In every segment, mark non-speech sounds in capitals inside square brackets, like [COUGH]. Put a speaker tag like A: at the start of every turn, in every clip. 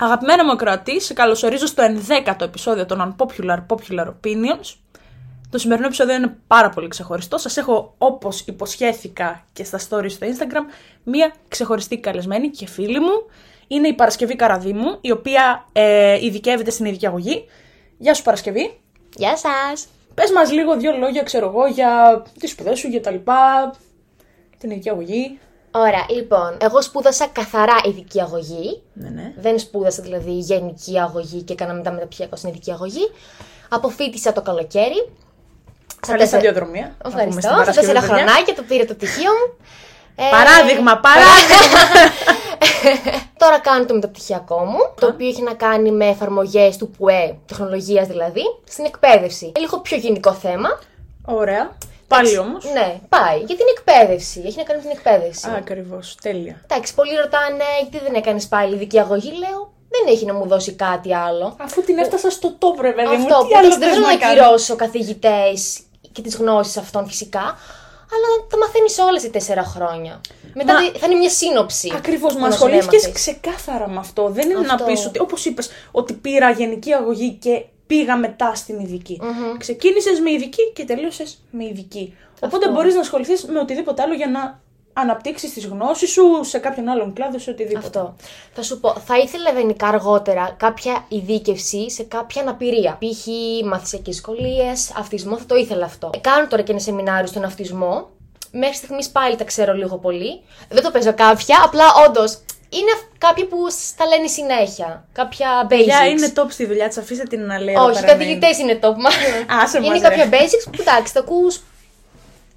A: Αγαπημένα μου ακροατή, σε καλωσορίζω στο 11ο επεισόδιο των Unpopular Popular Opinions. Το σημερινό επεισόδιο είναι πάρα πολύ ξεχωριστό. Σας έχω, όπως υποσχέθηκα και στα stories στο Instagram, μία ξεχωριστή καλεσμένη και φίλη μου. Είναι η Παρασκευή Καραδίμου, η οποία ε, ειδικεύεται στην ειδικιαγωγή. Γεια σου Παρασκευή.
B: Γεια σας!
A: Πες μας λίγο δύο λόγια, ξέρω εγώ, για τις σπουδές σου, για τα λοιπά, την ειδικιαγωγή.
B: Ωραία, λοιπόν, εγώ σπούδασα καθαρά ειδική αγωγή.
A: Ναι, ναι.
B: Δεν σπούδασα δηλαδή γενική αγωγή και έκανα μετά μεταπτυχιακό στην ειδική αγωγή. Αποφύτησα το καλοκαίρι. Στα
A: Καλή
B: τέσσερα-
A: σταδιοδρομία. να πούμε στην
B: Ευχαριστώ. Στα
A: Παρασκευή,
B: τέσσερα
A: παιδιά.
B: χρονάκια το πήρε το πτυχίο μου. Ε,
A: Παράδειγμα, παράδειγμα.
B: Τώρα κάνω το μεταπτυχιακό μου, το οποίο έχει να κάνει με εφαρμογές του ΠΟΕ, τεχνολογίας δηλαδή, στην εκπαίδευση. Ε, Λίγο πιο γενικό θέμα.
A: Ωραία. Πάλι όμως.
B: Ναι, πάει. Για την εκπαίδευση. Έχει να κάνει με την εκπαίδευση.
A: Ακριβώς. Τέλεια.
B: Εντάξει, πολλοί ρωτάνε γιατί δεν έκανες πάλι ειδική αγωγή. Λέω, δεν έχει να μου δώσει κάτι άλλο.
A: Αφού την έφτασα στο top, ρε παιδί μου.
B: Αυτό
A: τι
B: που
A: άλλο
B: εντάξει,
A: θες
B: δεν θέλω να
A: να κάνω.
B: ακυρώσω καθηγητές και τις γνώσεις αυτών φυσικά, αλλά τα μαθαίνει όλα σε τέσσερα χρόνια. Μετά
A: Μα-
B: δι- θα είναι μια σύνοψη.
A: Ακριβώς,
B: των
A: μα
B: όσων
A: ασχολήθηκε
B: έμαθες.
A: ξεκάθαρα με αυτό. Δεν είναι
B: Αυτό.
A: να πεις ότι, όπως είπες, ότι πήρα γενική αγωγή και πήγα μετά στην ειδικη Ξεκίνησες με ειδική και τελείωσες με ειδική. Οπότε μπορείς να ασχοληθείς με οτιδήποτε άλλο για να αναπτύξεις τις γνώσεις σου σε κάποιον άλλον κλάδο, σε οτιδήποτε.
B: Αυτό. Θα σου πω, θα ήθελα ιδανικά αργότερα κάποια ειδίκευση σε κάποια αναπηρία. Π.χ. μαθησιακές δυσκολίες, αυτισμό, θα το ήθελα αυτό. Κάνω τώρα και ένα σεμινάριο στον αυτισμό. Μέχρι στιγμής πάλι τα ξέρω λίγο πολύ. Δεν το παίζω κάποια, απλά όντως είναι αυ- κάποιοι που σας τα λένε συνέχεια. Κάποια basics.
A: Παιδιά, είναι top στη δουλειά της, αφήστε την να λέει. εδώ
B: Όχι,
A: παραμένει.
B: καθηγητές είναι top, μάλλον.
A: [LAUGHS] Άσε μας,
B: είναι
A: ρε.
B: κάποια basics που εντάξει, τα ακούς.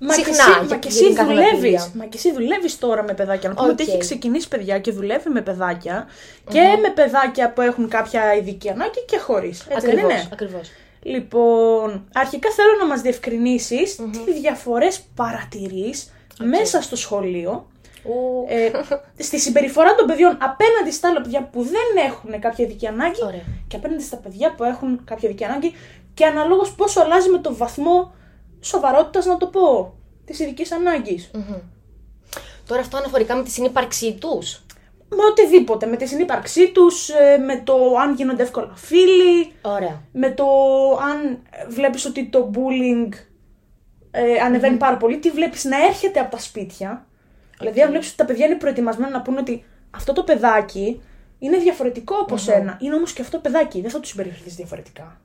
A: Μα και
B: Συχνά,
A: εσύ,
B: για
A: μα και
B: την
A: εσύ
B: καθημερινή
A: δουλεύει.
B: εμπειρία.
A: Μα και εσύ δουλεύεις τώρα με παιδάκια. Να πούμε ότι
B: Οκ.
A: έχει ξεκινήσει παιδιά και δουλεύει με παιδάκια και με παιδάκια που έχουν κάποια ειδική ανάγκη και χωρίς. Έτσι ναι, δεν
B: Ακριβώς.
A: είναι. Λοιπόν, αρχικά θέλω να μας διευκρινισεις τι διαφορές παρατηρείς μέσα στο σχολείο ε, στη συμπεριφορά των παιδιών απέναντι στα άλλα παιδιά που δεν έχουν κάποια ειδική ανάγκη
B: Ωραία.
A: και απέναντι στα παιδιά που έχουν κάποια ειδική ανάγκη και αναλόγως πόσο αλλάζει με το βαθμό σοβαρότητας, να το πω, της ειδικής ανάγκης.
B: Τώρα αυτό αναφορικά με τη συνύπαρξή τους.
A: Με οτιδήποτε, με τη συνύπαρξή τους, ε, με το αν γίνονται εύκολα φίλοι,
B: Ωραία.
A: με το αν βλέπεις ότι το bullying ε, ανεβαινει πάρα πολύ, τι βλέπεις να έρχεται από τα σπίτια. Δηλαδή, αν βλέπεις ότι τα παιδιά είναι προετοιμασμένα να πούνε ότι αυτό το παιδάκι είναι διαφορετικό από σένα, είναι όμως και αυτό παιδάκι, δεν θα του συμπεριφερθείς διαφορετικά.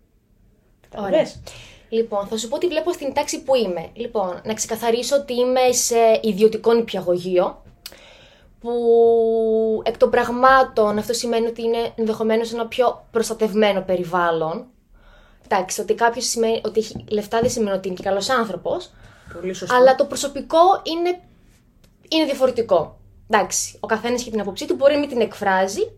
B: Ωραία.
A: Καταλαβες?
B: Λοιπόν, θα σου πω τι βλέπω στην τάξη που είμαι. Λοιπόν, να ξεκαθαρίσω ότι είμαι σε ιδιωτικό νηπιαγωγείο. Που εκ των πραγμάτων αυτό σημαίνει ότι είναι ενδεχομένως ένα πιο προστατευμένο περιβάλλον. Εντάξει, ότι κάποιος σημαίνει ότι έχει λεφτά δεν σημαίνει ότι είναι και καλός άνθρωπος.
A: Πολύ σωστό.
B: Αλλά το προσωπικό είναι, είναι διαφορετικό. Εντάξει, ο καθένας έχει την άποψή του, μπορεί να μην την εκφράζει,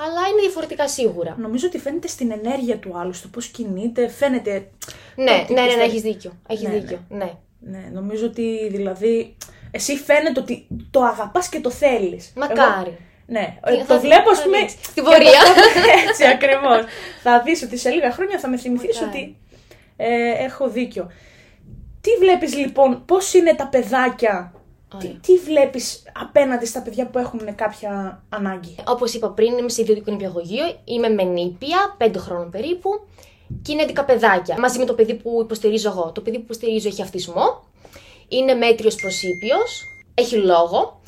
B: αλλά είναι διαφορετικά σίγουρα.
A: Νομίζω ότι φαίνεται στην ενέργεια του άλλου, στο πώς κινείται, φαίνεται...
B: Ναι,
A: τι
B: ναι, ναι, ναι,
A: πιστεύεις.
B: έχεις δίκιο. Έχεις
A: Ναι,
B: δίκιο. Ναι.
A: Ναι, νομίζω ότι δηλαδή εσύ φαίνεται ότι το αγαπάς και το θέλεις.
B: Μακάρι.
A: Εγώ- ναι,
B: Τι-
A: ε, το
B: θα-
A: βλέπω, ας
B: θα
A: πούμε,
B: δεις. Στην πορεία. [LAUGHS]
A: [LAUGHS] Έτσι ακριβώς. θα δεις ότι σε λίγα χρόνια θα με θυμηθείς
B: Μακάρι.
A: ότι ε, έχω δίκιο. Τι βλέπεις λοιπόν, πώς είναι τα παιδάκια, τι,
B: Ωραία.
A: τι βλέπεις απέναντι στα παιδιά που έχουν κάποια ανάγκη.
B: Όπως είπα πριν, είμαι σε ιδιωτικό νηπιαγωγείο. Είμαι με νήπια, 5 χρόνων περίπου. Και είναι 11 παιδάκια. Μαζί με το παιδί που υποστηρίζω εγώ. Το παιδί που υποστηρίζω έχει αυτισμό. Είναι μέτριος προσήπιος. Έχει λόγο.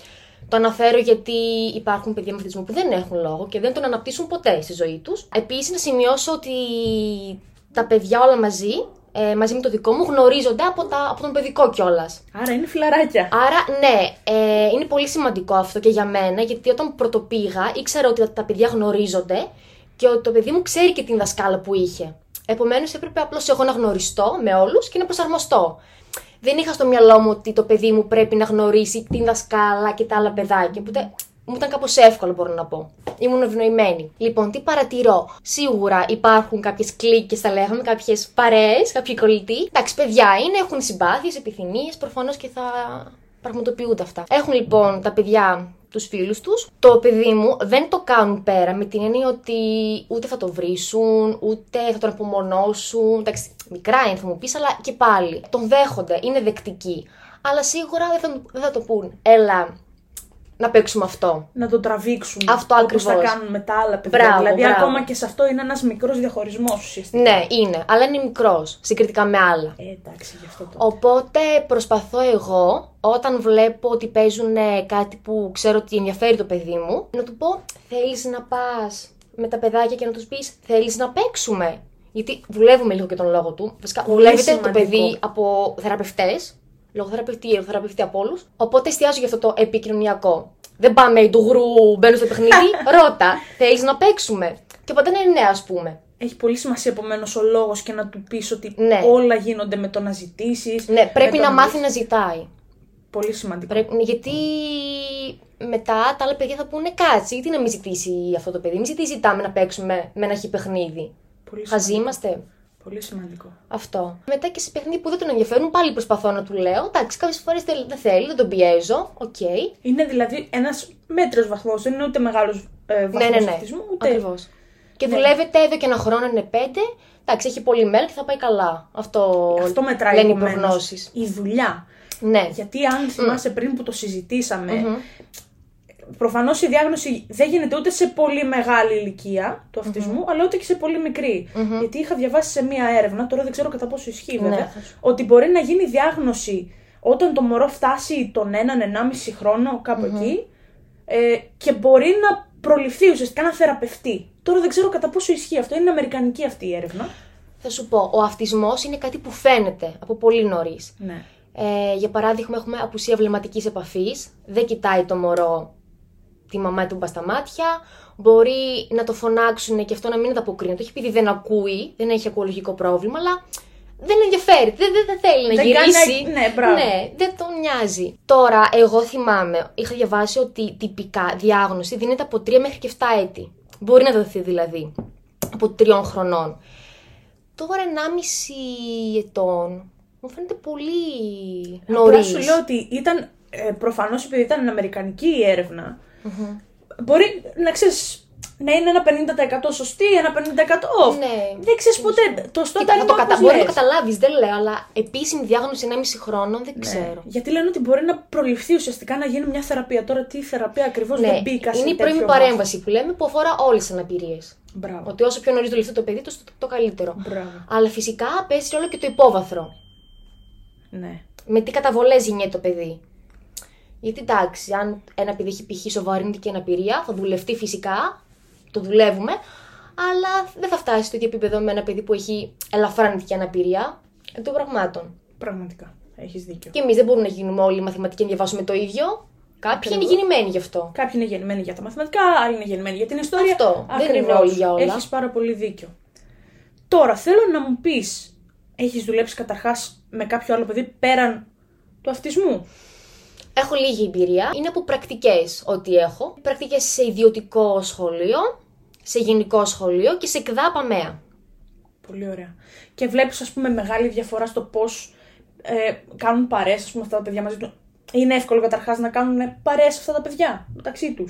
B: Το αναφέρω γιατί υπάρχουν παιδιά με αυτισμό που δεν έχουν λόγο και δεν τον αναπτύσσουν ποτέ στη ζωή τους. Επίσης, να σημειώσω ότι τα παιδιά όλα μαζί, ε, μαζί με το δικό μου, γνωρίζονται από, τα, από τον παιδικό κιόλας.
A: Άρα είναι φιλαράκια.
B: Άρα, ναι, ε, είναι πολύ σημαντικό αυτό και για μένα, γιατί όταν πρωτοπήγα ήξερα ότι τα- τα παιδιά γνωρίζονται και ότι το παιδί μου ξέρει και την δασκάλα που είχε. Επομένως, έπρεπε απλώς εγώ να γνωριστώ με όλους και να προσαρμοστώ. Δεν είχα στο μυαλό μου ότι το παιδί μου πρέπει να γνωρίσει την δασκάλα και τα άλλα παιδάκια. Οπότε Μου ήταν κάπως εύκολο, μπορώ να πω. Ήμουν ευνοημένη. Λοιπόν, τι παρατηρώ. Σίγουρα υπάρχουν κάποιες κλίκες, τα λέγαμε, κάποιες παρέες, κάποιοι κολλητοί. Εντάξει, παιδιά είναι, έχουν συμπάθειες, επιθυμίες, προφανώς και θα πραγματοποιούνται αυτά. Έχουν λοιπόν τα παιδιά τους φίλους τους. Το παιδί μου δεν το κάνουν πέρα με την έννοια ότι ούτε θα το βρίσουν, ούτε θα τον απομονώσουν. Εντάξει, μικρά είναι θα μου πεις, αλλά και πάλι. Τον δέχονται, είναι δεκτικοί. Αλλά σίγουρα δεν θα, δεν θα το πούν. Έλα, να παίξουμε αυτό.
A: να το τραβήξουν.
B: Αυτό
A: όπως θα
B: ακριβώς.
A: κάνουν με τα άλλα παιδιά.
B: Μπράβο,
A: δηλαδή,
B: μπράβο.
A: ακόμα και σε αυτό είναι ένας μικρός διαχωρισμός ουσιαστικά.
B: Ναι, είναι, αλλά είναι μικρός συγκριτικά με άλλα.
A: Ε, εντάξει, γι' αυτό το.
B: Οπότε προσπαθώ εγώ, όταν βλέπω ότι παίζουν ε, κάτι που ξέρω ότι ενδιαφέρει το παιδί μου, να του πω: Θέλεις να πας με τα παιδάκια και να τους πεις: Θέλεις να παίξουμε. Γιατί δουλεύουμε λίγο και τον λόγο του. Βασικά,
A: Πολύ
B: δουλεύεται το
A: σημαντικό.
B: παιδί από θεραπευτές, λογοθεραπευτή, ερωθεραπευτή από όλους. Οπότε εστιάζω για αυτό το επικοινωνιακό. Δεν πάμε του γρου, μπαίνω στο παιχνίδι.
A: [LAUGHS]
B: Ρώτα, θέλεις να παίξουμε. Και πάντα είναι ναι, ας πούμε.
A: Έχει πολύ σημασία επομένως ο λόγος και να του πεις ότι
B: Ναι.
A: όλα γίνονται με το να ζητήσεις.
B: Ναι, πρέπει να μάθει να ζητάει.
A: Πολύ σημαντικό.
B: Πρέπει, ναι, γιατί μετά τα άλλα παιδιά θα πούνε κάτσε, γιατί να μην ζητήσει αυτό το παιδί, μην ζητήσει ζητάμε να παίξουμε με ένα χι παιχνίδι.
A: Πολύ
B: Χαζοί
A: σημαντικό.
B: είμαστε.
A: Πολύ σημαντικό.
B: Αυτό. Μετά και σε παιχνίδι που δεν τον ενδιαφέρουν, πάλι προσπαθώ να του λέω. Εντάξει, κάποιες φορές δεν θέλει, δεν τον πιέζω. Οκ.
A: Είναι δηλαδή ένας μέτριος βαθμός. Δεν είναι ούτε μεγάλος ε, βαθμός
B: Ναι, ναι, ναι.
A: ούτε. Ναι.
B: Ακριβώς. Και δουλεύετε εδώ και ένα χρόνο, είναι πέντε. Εντάξει, έχει πολύ μέλλον και θα πάει καλά. Αυτό,
A: Αυτό μετράει
B: λένε οι
A: επομένως.
B: προγνώσεις.
A: Η δουλειά.
B: Ναι.
A: Γιατί αν θυμάσαι πριν που το συζητήσαμε, προφανώς η διάγνωση δεν γίνεται ούτε σε πολύ μεγάλη ηλικία του αυτισμού, αλλά ούτε και σε πολύ μικρή. Γιατί είχα διαβάσει σε μία έρευνα, τώρα δεν ξέρω κατά πόσο ισχύει
B: Ναι.
A: βέβαια, ότι μπορεί να γίνει διάγνωση όταν το μωρό φτάσει τον έναν, ενάμιση χρόνο, κάπου εκεί, ε, και μπορεί να προληφθεί ουσιαστικά να θεραπευτεί. Τώρα δεν ξέρω κατά πόσο ισχύει αυτό. Είναι αμερικανική αυτή η έρευνα.
B: Θα σου πω, ο αυτισμός είναι κάτι που φαίνεται από πολύ νωρίς.
A: Ναι.
B: Ε, για παράδειγμα, έχουμε απουσία βλεμματικής επαφής. Δεν κοιτάει το μωρό τη μαμά του μπα στα μάτια. Μπορεί να το φωνάξουν και αυτό να μην ανταποκρίνεται. Όχι επειδή δεν ακούει, δεν έχει ακολογικό πρόβλημα, αλλά δεν ενδιαφέρει. Δεν, δεν, δεν θέλει να
A: Δεν
B: γυρίσει.
A: κάνει- ναι, μπράβο.
B: Ναι, δεν τον νοιάζει. Τώρα, εγώ θυμάμαι, είχα διαβάσει ότι τυπικά διάγνωση δίνεται από 3 μέχρι και 7 έτη. Μπορεί να δοθεί δηλαδή από 3 χρονών. Τώρα 1,5 ετών μου φαίνεται πολύ
A: Απλά
B: νωρίς.
A: σου λέω ότι ήταν ε, προφανώς επειδή ήταν αμερικανική η έρευνα. Μπορεί να ξέρεις να είναι ένα 50% σωστή, ένα 50% off.
B: Ναι.
A: Δεν ξέρεις ποτέ. Το στο
B: Θα το κατα... Μπορεί να το καταλάβεις, δεν λέω, αλλά επίσημη διάγνωση 1,5 χρόνων
A: Ναι.
B: δεν ξέρω.
A: Γιατί λένε ότι μπορεί να προληφθεί ουσιαστικά να γίνει μια θεραπεία. Τώρα τι θεραπεία ακριβώς δεν μπήκα σε
B: Ναι. είναι η
A: τέτοιο
B: πρώιμη
A: βάθος.
B: παρέμβαση που λέμε που αφορά όλες τις αναπηρίες.
A: Μπράβο.
B: Ότι όσο πιο νωρίς δουλευτεί το παιδί, τόσο το, το καλύτερο.
A: Μπράβο.
B: Αλλά φυσικά παίζει όλο και το υπόβαθρο.
A: Ναι.
B: με τι καταβολές γεννιέται το παιδί. Γιατί εντάξει, αν ένα παιδί έχει π.χ. σοβαρή νοητική αναπηρία, θα δουλευτεί φυσικά, το δουλεύουμε, αλλά δεν θα φτάσει στο ίδιο επίπεδο με ένα παιδί που έχει ελαφρά νοητική αναπηρία εκ των πραγμάτων.
A: Πραγματικά. Έχεις δίκιο.
B: Και εμείς δεν μπορούμε να γίνουμε όλοι μαθηματικοί να διαβάσουμε το ίδιο. Κάποιοι είναι
A: Ακριβώς.
B: γεννημένοι γι' αυτό.
A: Κάποιοι είναι γεννημένοι για τα μαθηματικά, άλλοι είναι γεννημένοι για την ιστορία.
B: Αυτό. Δεν είναι όλοι για όλα.
A: Έχεις πάρα πολύ δίκιο. Τώρα, θέλω να μου πεις, έχεις δουλέψει καταρχάς με κάποιο άλλο παιδί πέραν του αυτισμού.
B: Έχω λίγη εμπειρία. Είναι από πρακτικές ό,τι έχω. Πρακτικές σε ιδιωτικό σχολείο, σε γενικό σχολείο και σε εκδά παμαία.
A: Πολύ ωραία. Και βλέπεις, ας πούμε, μεγάλη διαφορά στο πώς ε, κάνουν παρέ, ας πούμε, αυτά τα παιδιά μαζί τους. Είναι εύκολο καταρχάς να κάνουν παρέ αυτά τα παιδιά μεταξύ τους.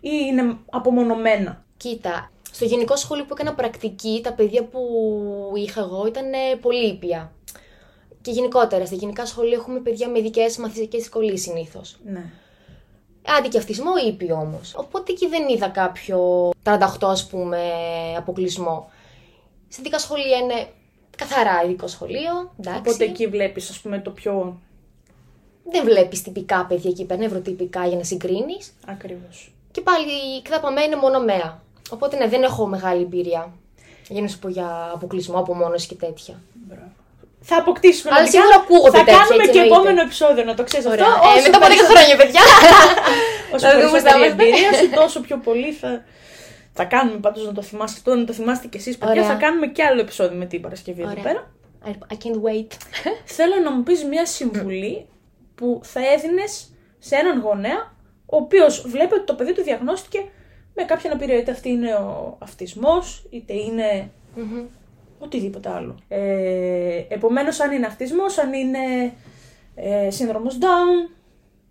A: Ή είναι απομονωμένα.
B: Κοίτα, στο γενικό σχολείο που έκανα πρακτική, τα παιδιά που είχα εγώ ήταν ε, πολύ ήπια. Και γενικότερα, στα γενικά σχολεία έχουμε παιδιά με ειδικές μαθησιακές δυσκολίες συνήθως.
A: Ναι.
B: Άντι και αυτισμό ήπιο όμως. Οπότε εκεί δεν είδα κάποιο 38 ας πούμε αποκλεισμό. Στα ειδικά σχολεία είναι καθαρά ειδικό σχολείο. Εντάξει.
A: Οπότε εκεί βλέπεις, ας πούμε, το πιο
B: Δεν βλέπεις τυπικά παιδιά εκεί πέρα, ευρωτυπικά για να συγκρίνεις.
A: ακριβώς.
B: Και πάλι η κδαπαμέ είναι μονομέα. Οπότε ναι, δεν έχω μεγάλη εμπειρία. Για να σου πω για αποκλεισμό, απομόνωση και τέτοια.
A: Θα αποκτήσουμε
B: Αλλά
A: Ναι, λογικά.
B: σίγουρα ακούγονται
A: Θα
B: τέτοια,
A: κάνουμε
B: έτσι
A: και
B: εννοείται.
A: επόμενο επεισόδιο, να το ξέρεις αυτό.
B: Ωραία. Ε, μετά από 10 χρόνια,
A: [LAUGHS]
B: παιδιά.
A: Όσο
B: Να δούμε
A: περισσότερη
B: στα μάτια.
A: εμπειρία σου, τόσο πιο πολύ θα. Θα κάνουμε πάντως να το θυμάστε αυτό, να το θυμάστε κι εσείς, παιδιά.
B: Ωραία.
A: Θα κάνουμε και άλλο επεισόδιο με την Παρασκευή εδώ
B: Ωραία.
A: πέρα.
B: I- I can't wait.
A: Θέλω να μου πεις μια συμβουλή που θα έδινες σε έναν γονέα ο οποίος βλέπει ότι το παιδί του διαγνώστηκε με κάποια αναπηρία. Είτε αυτή είναι ο αυτισμός, είτε είναι
B: Μμμ.
A: οτιδήποτε άλλο. Ε, Επομένως, αν είναι αυτισμός, αν είναι ε, σύνδρομος Down,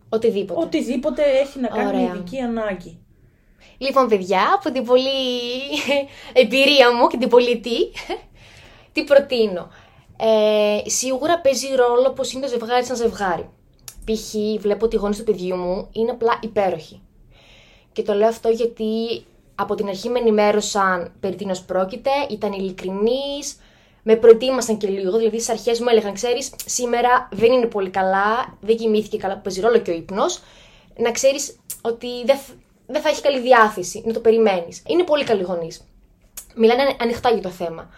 B: Οτιδήποτε.
A: οτιδήποτε έχει να κάνει με
B: Ωραία.
A: ειδική ανάγκη.
B: Λοιπόν, παιδιά, από την πολύ [LAUGHS] εμπειρία μου και την πολιτή, [LAUGHS] τι προτείνω. Ε, σίγουρα παίζει ρόλο πως είναι το ζευγάρι σαν ζευγάρι. Π.χ. βλέπω ότι οι γονείς του παιδιού μου είναι απλά υπέροχοι. Και το λέω αυτό γιατί από την αρχή με ενημέρωσαν περί τίνος πρόκειται, ήταν ειλικρινείς, με προετοίμασαν και λίγο, δηλαδή στις αρχές μου έλεγαν, ξέρεις, σήμερα δεν είναι πολύ καλά, δεν κοιμήθηκε καλά, που παίζει ρόλο και ο ύπνος, να ξέρεις ότι δεν, θ- δεν θα έχει καλή διάθεση, να το περιμένεις. Είναι πολύ καλοί γονείς. Μιλάνε ανε- ανοιχτά για το θέμα.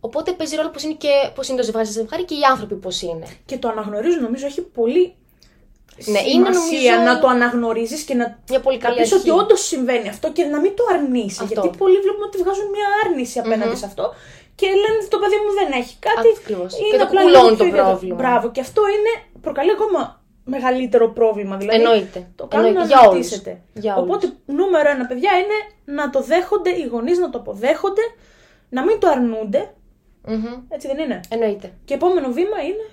B: Οπότε παίζει ρόλο πώς είναι, και, πώς είναι το ζευγάρι σε ζευγάρι και οι άνθρωποι πώς είναι.
A: Και το αναγνωρίζουν, νομίζω, έχει πολύ
B: Ναι,
A: σημασία
B: είναι, νομίζω,
A: να το αναγνωρίζεις και να
B: Μια πολύ καλή
A: να πεις
B: αρχή.
A: ότι όντως συμβαίνει αυτό και να μην το αρνήσει.
B: Αυτό.
A: Γιατί πολλοί βλέπουμε ότι βγάζουν μια άρνηση απέναντι σε αυτό και λένε το παιδί μου δεν έχει κάτι.
B: Ακριβώς.
A: είναι
B: Και το
A: απλά
B: κουκουλώνει
A: λίγο
B: το
A: πιο ιδιαίτερο».
B: πρόβλημα.
A: Μπράβο, και αυτό είναι, προκαλεί ακόμα μεγαλύτερο πρόβλημα. Δηλαδή,
B: Εννοείται.
A: Το κάνουν
B: Εννοείται.
A: να
B: Για όλους.
A: αναπτύσσεται.
B: Για όλους.
A: Οπότε, νούμερο ένα, παιδιά, είναι να το δέχονται οι γονείς, να το αποδέχονται, να μην το αρνούνται.
B: Μμμ.
A: Έτσι δεν είναι.
B: Εννοείται.
A: Και επόμενο βήμα είναι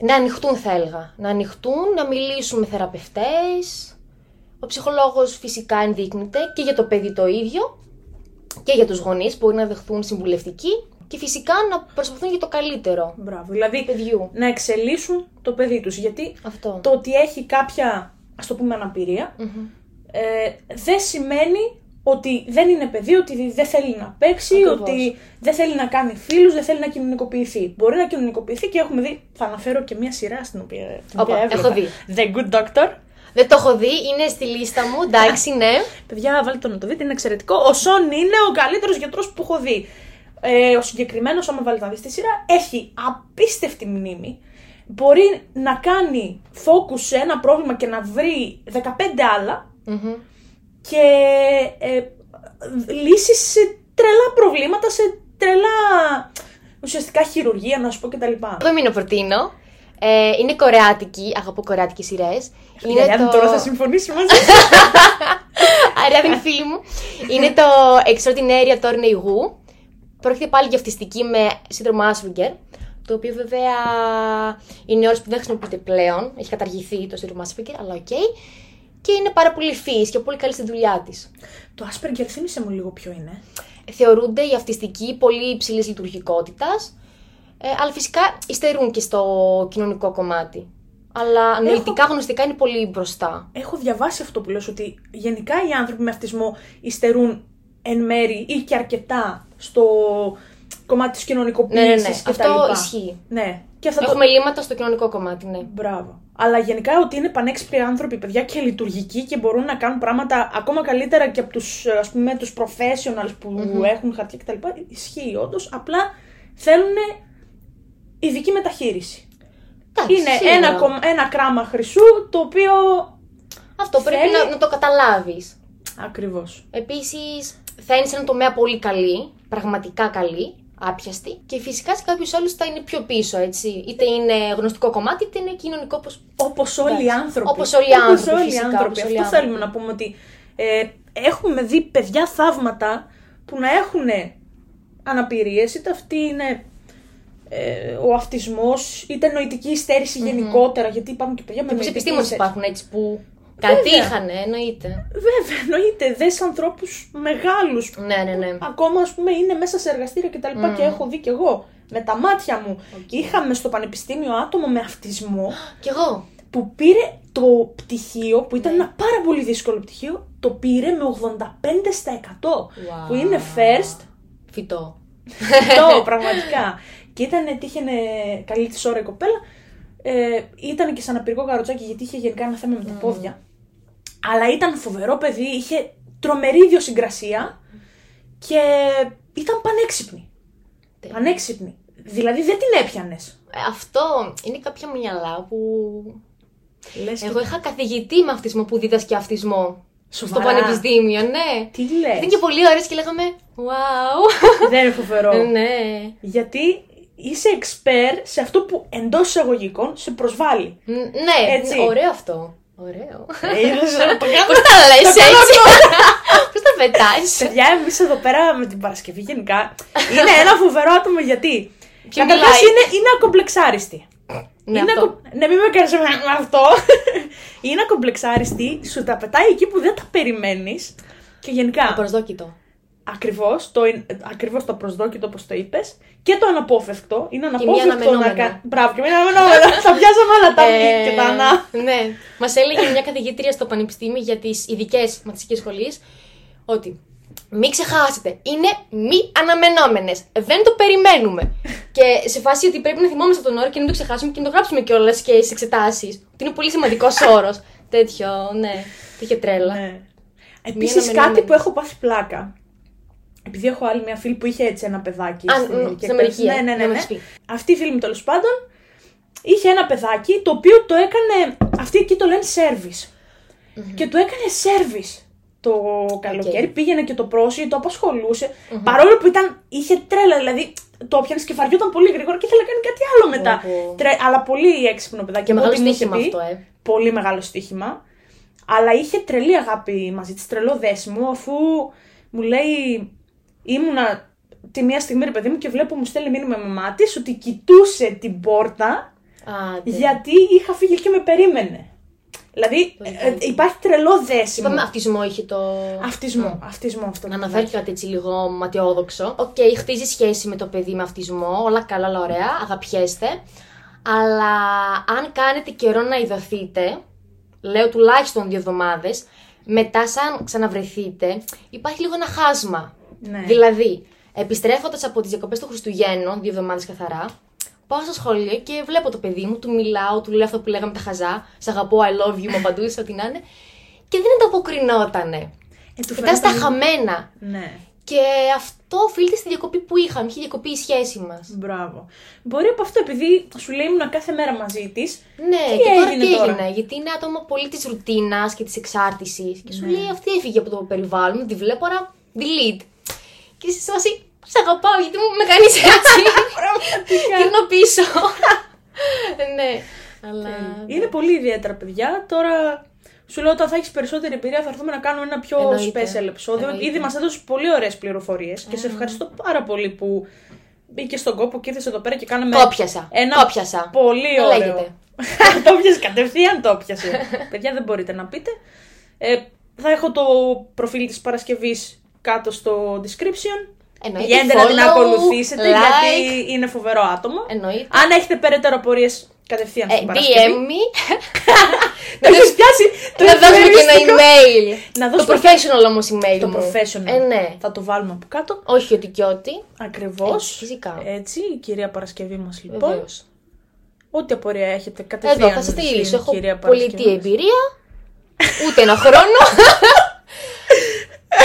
B: Να ανοιχτούν θα έλεγα. Να ανοιχτούν, να μιλήσουν με θεραπευτές. Ο ψυχολόγος φυσικά ενδείκνυται και για το παιδί το ίδιο και για τους γονείς μπορεί να δεχθούν συμβουλευτική και φυσικά να προσπαθούν για το καλύτερο
A: Μπράβο. Δηλαδή
B: του παιδιού.
A: να εξελίσσουν το παιδί τους. Γιατί
B: Αυτό.
A: το ότι έχει κάποια, ας το πούμε, αναπηρία,
B: Μμμ.
A: ε, δεν σημαίνει ότι δεν είναι παιδί, ότι δεν θέλει να παίξει,
B: Ακριβώς.
A: ότι δεν θέλει να κάνει φίλους, δεν θέλει να κοινωνικοποιηθεί. Μπορεί να κοινωνικοποιηθεί και έχουμε δει, θα αναφέρω και μια σειρά στην οποία, την
B: Όπα,
A: οποία έβλεπα.
B: έχω δει.
A: The Good Doctor.
B: Δεν το έχω δει, είναι στη λίστα μου, εντάξει, ναι.
A: Παιδιά, βάλτε το να το δείτε, είναι εξαιρετικό. Ο Σον είναι ο καλύτερος γιατρός που έχω δει. Ε, ο συγκεκριμένος, άμα βάλετε να δει τη σειρά, έχει απίστευτη μνήμη. Μπορεί να κάνει focus σε ένα πρόβλημα και να βρει 15 άλλα
B: Μμμ.
A: και ε, λύσεις σε τρελά προβλήματα, σε τρελά ουσιαστικά χειρουργία, να σου πω κτλ.
B: Δεν μείνω προτείνω. Ε, είναι κορεάτικη, αγαπώ κορεάτικες σειρές.
A: Για
B: το-
A: τώρα θα συμφωνήσει μαζί.
B: Άρα δεν είναι φίλη μου. Είναι το Extraordinary Attorney Who. Πρόκειται πάλι για αυτιστική με σύνδρομο Asperger. Το οποίο βέβαια είναι όρος που δεν χρησιμοποιείται πλέον. Έχει καταργηθεί το σύνδρομο Asperger, αλλά οκ. Και είναι πάρα πολύ φύης και πολύ καλή στη δουλειά της.
A: το Asperger θύμισε μου λίγο ποιο είναι.
B: Θεωρούνται οι αυτιστικοί πολύ υψηλής λειτουργικότητας. Ε, αλλά φυσικά υστερούν και στο κοινωνικό κομμάτι. Αλλά νοητικά, γνωστικά είναι πολύ μπροστά.
A: Έχω διαβάσει αυτό που λες ότι γενικά οι άνθρωποι με αυτισμό υστερούν εν μέρη ή και αρκετά στο κομμάτι της
B: Ναι, ναι,
A: κοινωνικοποίησης
B: ναι.
A: και τα
B: Αυτό
A: λοιπά.
B: ισχύει.
A: Ναι, και αυτά
B: Έχουμε
A: το...
B: λύματα στο κοινωνικό κομμάτι, ναι.
A: Μπράβο. Αλλά γενικά ότι είναι πανέξυπνοι άνθρωποι, παιδιά, και λειτουργικοί και μπορούν να κάνουν πράγματα ακόμα καλύτερα και από τους, ε, ας πούμε, τους professionals που έχουν χαρτιά κτλ. Ισχύει όντως. απλά θέλουν ειδική μεταχείριση.
B: Εντάξει,
A: είναι
B: σίγουρα.
A: ένα, κομ- ένα κράμα χρυσού το οποίο...
B: Αυτό πρέπει
A: Θέλει-
B: να, να το καταλάβεις.
A: Ακριβώς.
B: Επίσης, θα είναι σε έναν τομέα πολύ καλή, πραγματικά καλή, άπιαστη. Και φυσικά σε κάποιους άλλους θα είναι πιο πίσω, έτσι. Είτε είναι γνωστικό κομμάτι, είτε είναι κοινωνικό. Όπως...
A: Όπως όλοι οι
B: Εντάξει.
A: άνθρωποι.
B: Όπως όλοι οι
A: Όπως
B: άνθρωποι,
A: όλοι οι
B: φυσικά,
A: άνθρωποι.
B: όπως όλοι οι
A: Αυτό
B: άνθρωποι.
A: θέλουμε να πούμε ότι ε, έχουμε δει παιδιά θαύματα που να έχουν αναπηρίες, είτε αυτή είναι ε, ο αυτισμός, είτε νοητική υστέρηση γενικότερα. Γιατί υπάρχουν και παιδιά με
B: Και ποιου
A: νοητική
B: επιστήμονε
A: υστέρηση.
B: υπάρχουν έτσι που
A: Βέβαια.
B: κατήχανε, εννοείται.
A: Βέβαια, εννοείται. Δες ανθρώπους μεγάλους.
B: Ναι, ναι, ναι.
A: Ακόμα, ας πούμε, είναι μέσα σε εργαστήρια κτλ. Και,
B: Μμμ.
A: και έχω δει κι εγώ με τα μάτια μου. Είχαμε στο πανεπιστήμιο άτομο με αυτισμό.
B: Κι εγώ.
A: που πήρε το πτυχίο, που ήταν
B: Ναι.
A: ένα πάρα πολύ δύσκολο πτυχίο, το πήρε με 85%. Που είναι first,
B: Φυτό. [LAUGHS]
A: το πραγματικά. Και ήταν, τύχαινε καλή της ώρα η κοπέλα. Ε, ήταν και σαν απειρικό καροτσάκι γιατί είχε γενικά ένα θέμα με τα
B: Mm.
A: πόδια. Αλλά ήταν φοβερό παιδί, είχε τρομερή ιδιοσυγκρασία και ήταν πανέξυπνη.
B: Τέλεια.
A: ναι. Πανέξυπνη. Δηλαδή δεν την έπιανες.
B: Ε, Αυτό είναι κάποια μυαλά που. Εγώ είχα καθηγητή με αυτισμό που δίδασκε αυτισμό.
A: Σοβαρά.
B: Στο πανεπιστήμιο, ναι.
A: Τι λες.
B: Ήταν και πολύ ωραίες και λέγαμε. Wow.
A: Δεν είναι φοβερό.
B: ναι.
A: Γιατί είσαι expert σε αυτό που εντός εισαγωγικών σε προσβάλλει.
B: Ν- Ναι,
A: Έτσι.
B: ωραίο αυτό.
A: [LAUGHS]
B: Ωραίο. [LAUGHS]
A: Ε, το κάνω.
B: Πώς τα λε έτσι. [LAUGHS] Πώς τα πετάς.
A: Παιδιά, εμείς εδώ πέρα με την Παρασκευή γενικά είναι ένα φοβερό άτομο γιατί.
B: Ποιο
A: Καταρχά
B: μιλάει?
A: είναι, είναι ακομπλεξάριστη.
B: Ναι,
A: είναι
B: αυτό.
A: ακο- ναι, μην με κάνεις με αυτό. [LAUGHS] είναι ακομπλεξάριστη, σου τα πετάει εκεί που δεν τα περιμένεις. Και γενικά,
B: Απροσδόκητο.
A: ακριβώς το, εν- ακριβώς το προσδόκητο όπως το είπες και το αναπόφευκτο. Είναι
B: μη
A: αναπόφευκτο να
B: αναμενόμενο.
A: κάνει. Μπράβο, και μην αναμενόμενο.
B: [LAUGHS]
A: Θα πιάσαμε όλα τα μη
B: Ε,
A: και τα να.
B: Ναι. Μας έλεγε μια καθηγήτρια στο πανεπιστήμιο για τις ειδικές μαθητικές σχολείε ότι μην ξεχάσετε, είναι μη αναμενόμενες. Δεν το περιμένουμε. και σε φάση ότι πρέπει να θυμόμαστε τον όρο και να μην το ξεχάσουμε και να το γράψουμε κιόλας και στις εξετάσεις. Ότι είναι πολύ σημαντικός
A: [LAUGHS]
B: όρος. Τέτοιο, ναι. Το είχε τρέλα.
A: Επίση,
B: αναμενόμενη.
A: Ναι. κάτι που έχω πάθει πλάκα. Επειδή έχω άλλη μια φίλη που είχε έτσι ένα παιδάκι.
B: Αν,
A: στην
B: μ,
A: ελληνική
B: στην Αμερική,
A: εκπαίδευση.
B: ε,
A: Ναι, ναι,
B: να
A: ναι.
B: μας
A: ναι.
B: πει.
A: Αυτή η φίλη μου τέλος πάντων είχε ένα παιδάκι το οποίο το έκανε. Αυτοί εκεί το λένε service. Και το έκανε service το καλοκαίρι. Πήγαινε και το πρόσεχε, το απασχολουσε Παρόλο που ήταν, είχε τρέλα, δηλαδή το πιάνεις και βαριόταν πολύ γρήγορα και ήθελε να κάνει κάτι άλλο μετά.
B: Ωπω.
A: Τρε- αλλά πολύ έξυπνο παιδάκι.
B: Και
A: από
B: μεγάλο
A: ό,τι μου είχε
B: στοίχημα
A: πει
B: αυτό, ε.
A: πολύ μεγάλο στοίχημα. Αλλά είχε τρελή αγάπη μαζί της, τρελό δέσιμο, αφού μου λέει ήμουνα τη μία στιγμή ρε παιδί μου και βλέπω μου στέλνει μήνυμα η μαμά της ότι κοιτούσε την πόρτα
B: Άντε.
A: γιατί είχα φύγει και με περίμενε. Δηλαδή
B: Πολύ
A: ε, υπάρχει τρελό δέσιμο.
B: Είπαμε αυτισμό είχε το.
A: Αυτισμό, αυτισμό αυτό. Ε,
B: Να
A: το
B: αναφέρει κάτι έτσι λίγο ματαιόδοξο. Οκ, χτίζει σχέση με το παιδί με αυτισμό. Όλα καλά, όλα ωραία. Αγαπιέστε. Αλλά αν κάνετε καιρό να ειδωθείτε, λέω τουλάχιστον δύο εβδομάδες, μετά σαν ξαναβρεθείτε, υπάρχει λίγο ένα χάσμα.
A: Ναι.
B: Δηλαδή, επιστρέφοντας από τις διακοπές των Χριστουγέννων, δύο εβδομάδες καθαρά, πάω στο σχολείο και βλέπω το παιδί μου, του μιλάω, του λέω αυτό που λέγαμε τα χαζά. Σ' αγαπώ, I love you, μου απαντούσε ό,τι να είναι. Και δεν ανταποκρινότανε.
A: Ε, του
B: Ήταν
A: φαίνεται
B: στα
A: λίγο-
B: χαμένα.
A: Ναι.
B: Και αυτό οφείλεται στη διακοπή που είχαμε. Είχε διακοπεί η σχέση μας.
A: Μπράβο. Μπορεί από αυτό επειδή σου λέει ήμουνα κάθε μέρα μαζί της
B: Ναι,
A: Τι
B: και τώρα
A: έγινε
B: τι
A: τώρα?
B: έγινε. Γιατί είναι άτομα πολύ της ρουτίνας και της εξάρτησης. Και σου
A: Ναι.
B: λέει αυτή έφυγε από το περιβάλλον, μου τη βλέπω, άρα delete. Και εσύ είσαι βάση, σε αγαπάω, γιατί μου με κάνεις
A: [LAUGHS]
B: έτσι. [LAUGHS] Γυρνώ πίσω. ναι, αλλά.
A: Ε, Είναι πολύ ιδιαίτερα, παιδιά. Τώρα σου λέω όταν θα έχεις περισσότερη εμπειρία θα έρθουμε να κάνουμε ένα πιο
B: Εννοείται.
A: special επεισόδιο.
B: Εννοείται.
A: Ήδη μας έδωσε πολύ ωραίες πληροφορίες και σε ευχαριστώ πάρα πολύ που μπήκες στον κόπο και ήρθες εδώ πέρα και κάναμε.
B: Το πιάσα.
A: Ένα
B: Το πιάσα.
A: Πολύ
B: Δεν
A: ωραίο.
B: λέγεται.
A: [LAUGHS] το πιασε κατευθείαν, το
B: [LAUGHS]
A: πιασε. παιδιά, δεν μπορείτε να πείτε. Ε, θα έχω το προφίλ της Παρασκευής κάτω στο description.
B: Εννοείται.
A: Πηγαίνετε να την
B: follow,
A: ακολουθήσετε
B: like,
A: γιατί είναι φοβερό άτομο.
B: Εννοείται.
A: Αν έχετε περαιτέρω απορίες, κατευθείαν
B: Ε,
A: στην Παρασκευή.
B: DM me.
A: Το έχεις πιάσει.
B: Να δώσουμε και ένα email.
A: Να
B: Το
A: δώσουμε
B: professional όμως email.
A: το
B: μου.
A: professional.
B: Ε, ναι.
A: Θα το βάλουμε από κάτω.
B: Όχι ότι και ότι.
A: Ακριβώς.
B: Έτσι, Ε, φυσικά.
A: Έτσι, η κυρία Παρασκευή μας λοιπόν.
B: Βεβαίως.
A: Ό,τι απορία έχετε κατευθείαν.
B: Εδώ θα σας
A: στην
B: τυλίσω. Έχω
A: κυρία
B: πολιτή
A: Παρασκευή.
B: εμπειρία. Ούτε ένα χρόνο.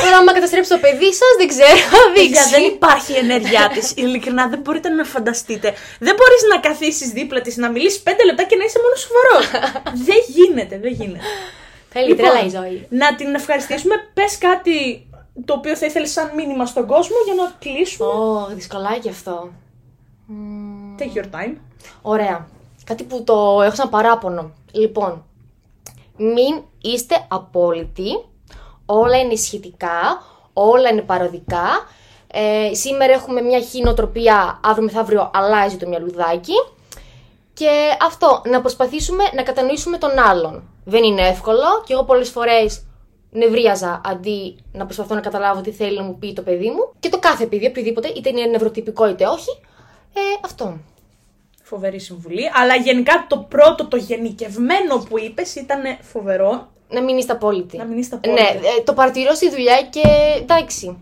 B: Τώρα, άμα καταστρέψει το παιδί σας, δεν ξέρω. θα
A: Παιδιά,
B: Δείξει.
A: δεν υπάρχει η ενέργειά
B: [LAUGHS]
A: της. Ειλικρινά δεν μπορείτε να φανταστείτε. Δεν μπορείς να καθίσεις δίπλα της, να μιλήσεις πέντε λεπτά και να είσαι μόνος σοβαρός.
B: [LAUGHS]
A: δεν γίνεται, δεν γίνεται.
B: Θέλει
A: Λοιπόν,
B: τρέλα Ε, η ζωή.
A: Να την ευχαριστήσουμε. Πες κάτι το οποίο θα ήθελες σαν μήνυμα στον κόσμο για να κλείσουμε.
B: Ω, δυσκολάκι αυτό. Μμμ.
A: Take your time.
B: Ωραία. Κάτι που το έχω σαν παράπονο. Λοιπόν, μην είστε απόλυτοι. Όλα είναι σχετικά, όλα είναι παροδικά. Ε, σήμερα έχουμε μια χή νοοτροπία, αύριο μεθαύριο αλλάζει το μυαλουδάκι. Και αυτό, να προσπαθήσουμε να κατανοήσουμε τον άλλον. Δεν είναι εύκολο και εγώ πολλές φορές νευρίαζα αντί να προσπαθώ να καταλάβω τι θέλει να μου πει το παιδί μου. Και το κάθε παιδί, οποιοδήποτε, είτε είναι νευροτυπικό είτε όχι. Ε, αυτό.
A: Φοβερή συμβουλή. Αλλά γενικά το πρώτο, το γενικευμένο που είπες ήταν φοβερό.
B: Να μην είστε απόλυτοι.
A: Να μην είστε απόλυτοι.
B: Ναι, ε, το παρατηρώ στη δουλειά και εντάξει.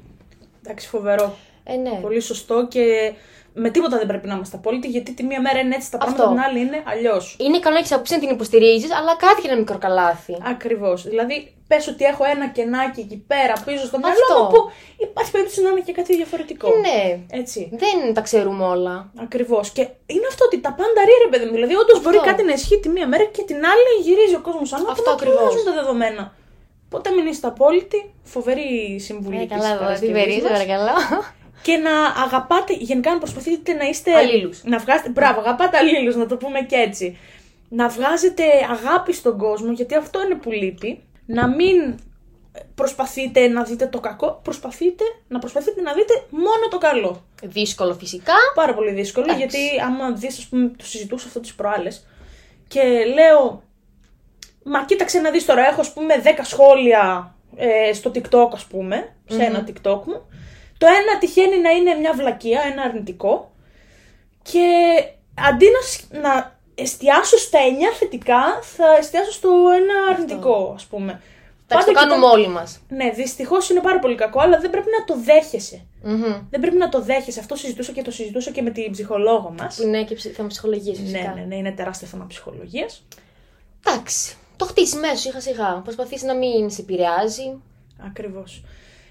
A: Εντάξει, φοβερό.
B: Ε, ναι.
A: Πολύ σωστό και με τίποτα δεν πρέπει να είμαστε απόλυτοι γιατί τη μία μέρα είναι έτσι τα πράγματα,
B: Αυτό.
A: την άλλη είναι αλλιώς.
B: Είναι καλό να έχεις άποψη να την υποστηρίζεις, αλλά κάτι και ένα μικρό καλάθι.
A: Ακριβώς. Δηλαδή, πες ότι έχω ένα κενάκι εκεί πέρα πίσω στο μυαλό
B: Αυτό.
A: μου που υπάρχει περίπτωση να είναι και κάτι διαφορετικό.
B: Ναι.
A: Έτσι.
B: Δεν τα ξέρουμε όλα.
A: Ακριβώς. Και είναι αυτό ότι τα πάντα ρί, ρε παιδί μου. Δηλαδή, όντως μπορεί κάτι να ισχύει τη μία μέρα και την άλλη γυρίζει ο κόσμος ανάποδα.
B: Αυτό
A: και αλλάζουν
B: ακριβώς.
A: τα δεδομένα. Οπότε μην είστε απόλυτοι. Φοβερή συμβουλή.
B: Ε,
A: της
B: καλά, εδώ,
A: Παρασκευής
B: την περίεργα,
A: μας.
B: παρακαλώ.
A: Και να αγαπάτε, γενικά να προσπαθείτε να είστε.
B: Αλλήλους.
A: Να βγάζετε. Μπράβο, αγαπάτε αλλήλους, να το πούμε και έτσι. να βγάζετε αγάπη στον κόσμο, γιατί αυτό είναι που λείπει. Να μην προσπαθείτε να δείτε το κακό, προσπαθείτε να προσπαθείτε να δείτε μόνο το καλό.
B: Δύσκολο φυσικά.
A: Πάρα πολύ δύσκολο,
B: Εντάξει.
A: γιατί άμα δεις, ας πούμε, το συζητούσα αυτό τις προάλλες και λέω, μα κοίταξε να δεις τώρα, έχω ας πούμε 10 σχόλια ε, στο TikTok ας πούμε, σε ένα TikTok μου. Το ένα τυχαίνει να είναι μια βλακεία, ένα αρνητικό και αντί να, σ- να εστιάσω στα 9 θετικά, θα εστιάσω στο ένα αρνητικό ας πούμε.
B: Εντάξει, το
A: Πάντα
B: κάνουμε όλοι μας.
A: Ναι, δυστυχώς είναι πάρα πολύ κακό, αλλά δεν πρέπει να το δέχεσαι. Δεν πρέπει να το δέχεσαι. Αυτό συζητούσα και το συζητούσα και με την ψυχολόγο μας.
B: Που είναι και ψη- θέμα ψυχολογία
A: Ναι,
B: φυσικά.
A: ναι, ναι, είναι τεράστιο θέμα ψυχολογίας.
B: Εντάξει. Το χτίσεις μέσα σιγά σιγά. Προσπαθείς να μην σε επηρεάζει.
A: Ακριβώς.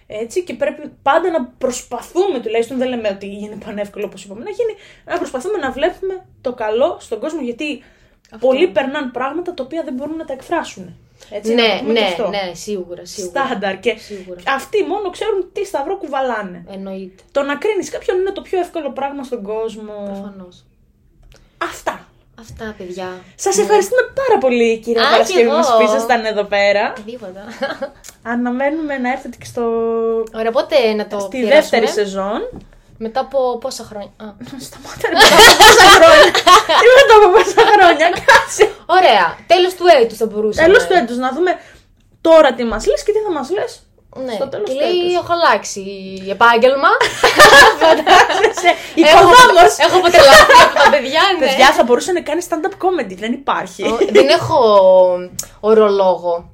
A: Έτσι και πρέπει πάντα να προσπαθούμε, τουλάχιστον δεν λέμε ότι είναι πανεύκολο όπως είπαμε να γίνει, να προσπαθούμε να βλέπουμε το καλό στον κόσμο γιατί πολλοί περνάνε πράγματα τα οποία δεν μπορούν να τα εκφράσουν. Έτσι, να το
B: ναι,
A: πούμε και
B: ναι,
A: αυτό.
B: ναι, σίγουρα, σίγουρα.
A: Στάνταρ και
B: Σίγουρα.
A: αυτοί μόνο ξέρουν τι σταυρό κουβαλάνε.
B: Εννοείται.
A: Το να κρίνεις κάποιον είναι το πιο εύκολο πράγμα στον κόσμο.
B: Προφανώς.
A: Αυτά.
B: Αυτά, παιδιά.
A: Σας ευχαριστούμε πάρα πολύ κυρία
B: Ναι. Α,
A: Παρασκευή
B: κι εγώ.
A: μας που ήσασταν εδώ πέρα.
B: Τίποτα.
A: Αναμένουμε να έρθετε και στο...
B: Ωραία, πότε να το
A: στη
B: πειράσουμε?
A: δεύτερη σεζόν.
B: Μετά από πόσα χρόνια. Α.
A: Σταμάτα ρε μετά από πόσα χρόνια. Τι μετά από πόσα χρόνια,
B: Ναι.
A: κάτσε.
B: Ωραία. Τέλος του έτους θα μπορούσε.
A: Τέλος του έτους, να δούμε τώρα τι μας λες και τι θα μας λες.
B: Ναι.
A: στο τέλος
B: Και
A: του
B: λέει:
A: έτους.
B: Έχω αλλάξει
A: [LAUGHS]
B: επάγγελμα.
A: Είσαι
B: Έχω-
A: Οικοδόμος.
B: Έχω αποτελέσει από τα παιδιά, ναι.
A: Παιδιά, θα μπορούσε να κάνει stand-up comedy, δεν υπάρχει.
B: Ο- Δεν έχω ορολόγο.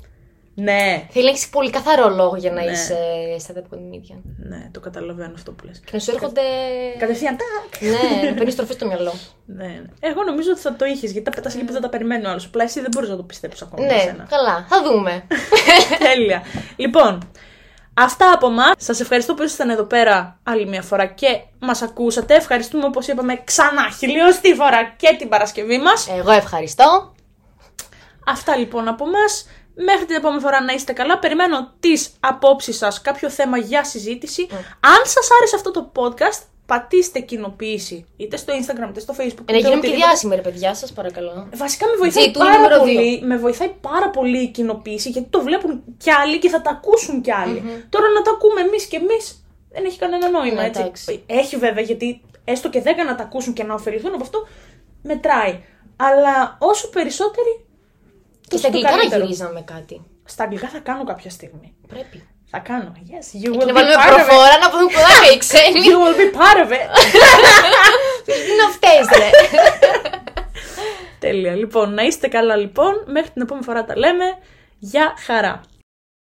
A: Ναι,
B: Θέλει να έχεις πολύ καθαρό λόγο για να
A: Ναι.
B: είσαι στα τα κομμάτια.
A: ναι, το καταλαβαίνω αυτό που λες.
B: Και να σου έρχονται.
A: Κατευθείαν, τάκ.
B: Ναι, να παίρνεις τροφή στο μυαλό.
A: Ναι, ναι. Εγώ νομίζω ότι θα το είχες γιατί τα πετάς εκεί που δεν τα περιμένει ο άλλος. Απλά εσύ δεν μπορείς να το πιστέψεις ακόμα. για
B: Ναι,
A: σένα.
B: καλά. Θα
A: [LAUGHS]
B: δούμε.
A: Τέλεια. Λοιπόν, αυτά από εμάς. Σας ευχαριστώ που ήσασταν εδώ πέρα άλλη μια φορά και μας ακούσατε. Ευχαριστούμε όπως είπαμε ξανά χιλιοστή φορά και την Παρασκευή μας.
B: Εγώ ευχαριστώ.
A: Αυτά λοιπόν από εμάς. Μέχρι την επόμενη φορά να είστε καλά. Περιμένω τις απόψεις σας, κάποιο θέμα για συζήτηση. Αν σας άρεσε αυτό το podcast, πατήστε κοινοποίηση είτε στο Instagram είτε στο Facebook.
B: Ε,
A: είτε
B: Να γίνουμε και
A: οτιδήποτε.
B: διάσημοι, ρε παιδιά, σας παρακαλώ.
A: Βασικά με βοηθάει,
B: Τζι του
A: πάρα
B: νούμερο
A: πολύ, με βοηθάει πάρα πολύ η κοινοποίηση γιατί το βλέπουν κι άλλοι και θα τα ακούσουν κι αλλοι Τώρα να τα ακούμε εμείς κι εμείς δεν έχει κανένα νόημα.
B: Ναι,
A: έτσι.
B: εντάξει.
A: Έχει βέβαια γιατί έστω και 10 να τα ακούσουν και να ωφεληθούν από αυτό μετράει. Αλλά όσο περισσότεροι.
B: Και στα
A: τόσο το
B: αγγλικά να
A: καλύτερο.
B: γυρίζαμε κάτι.
A: Στα αγγλικά θα κάνω κάποια στιγμή.
B: Πρέπει.
A: Θα κάνω. Yes, you
B: Και
A: will
B: να
A: be
B: βάλουμε
A: part of it.
B: προφόρα να πούμε πολλά οι ξένοι.
A: You will be part of it.
B: Τι [LAUGHS] είναι αυτές, ρε.
A: Τέλεια. Λοιπόν, να είστε καλά λοιπόν. Μέχρι την επόμενη φορά τα λέμε. Γεια χαρά.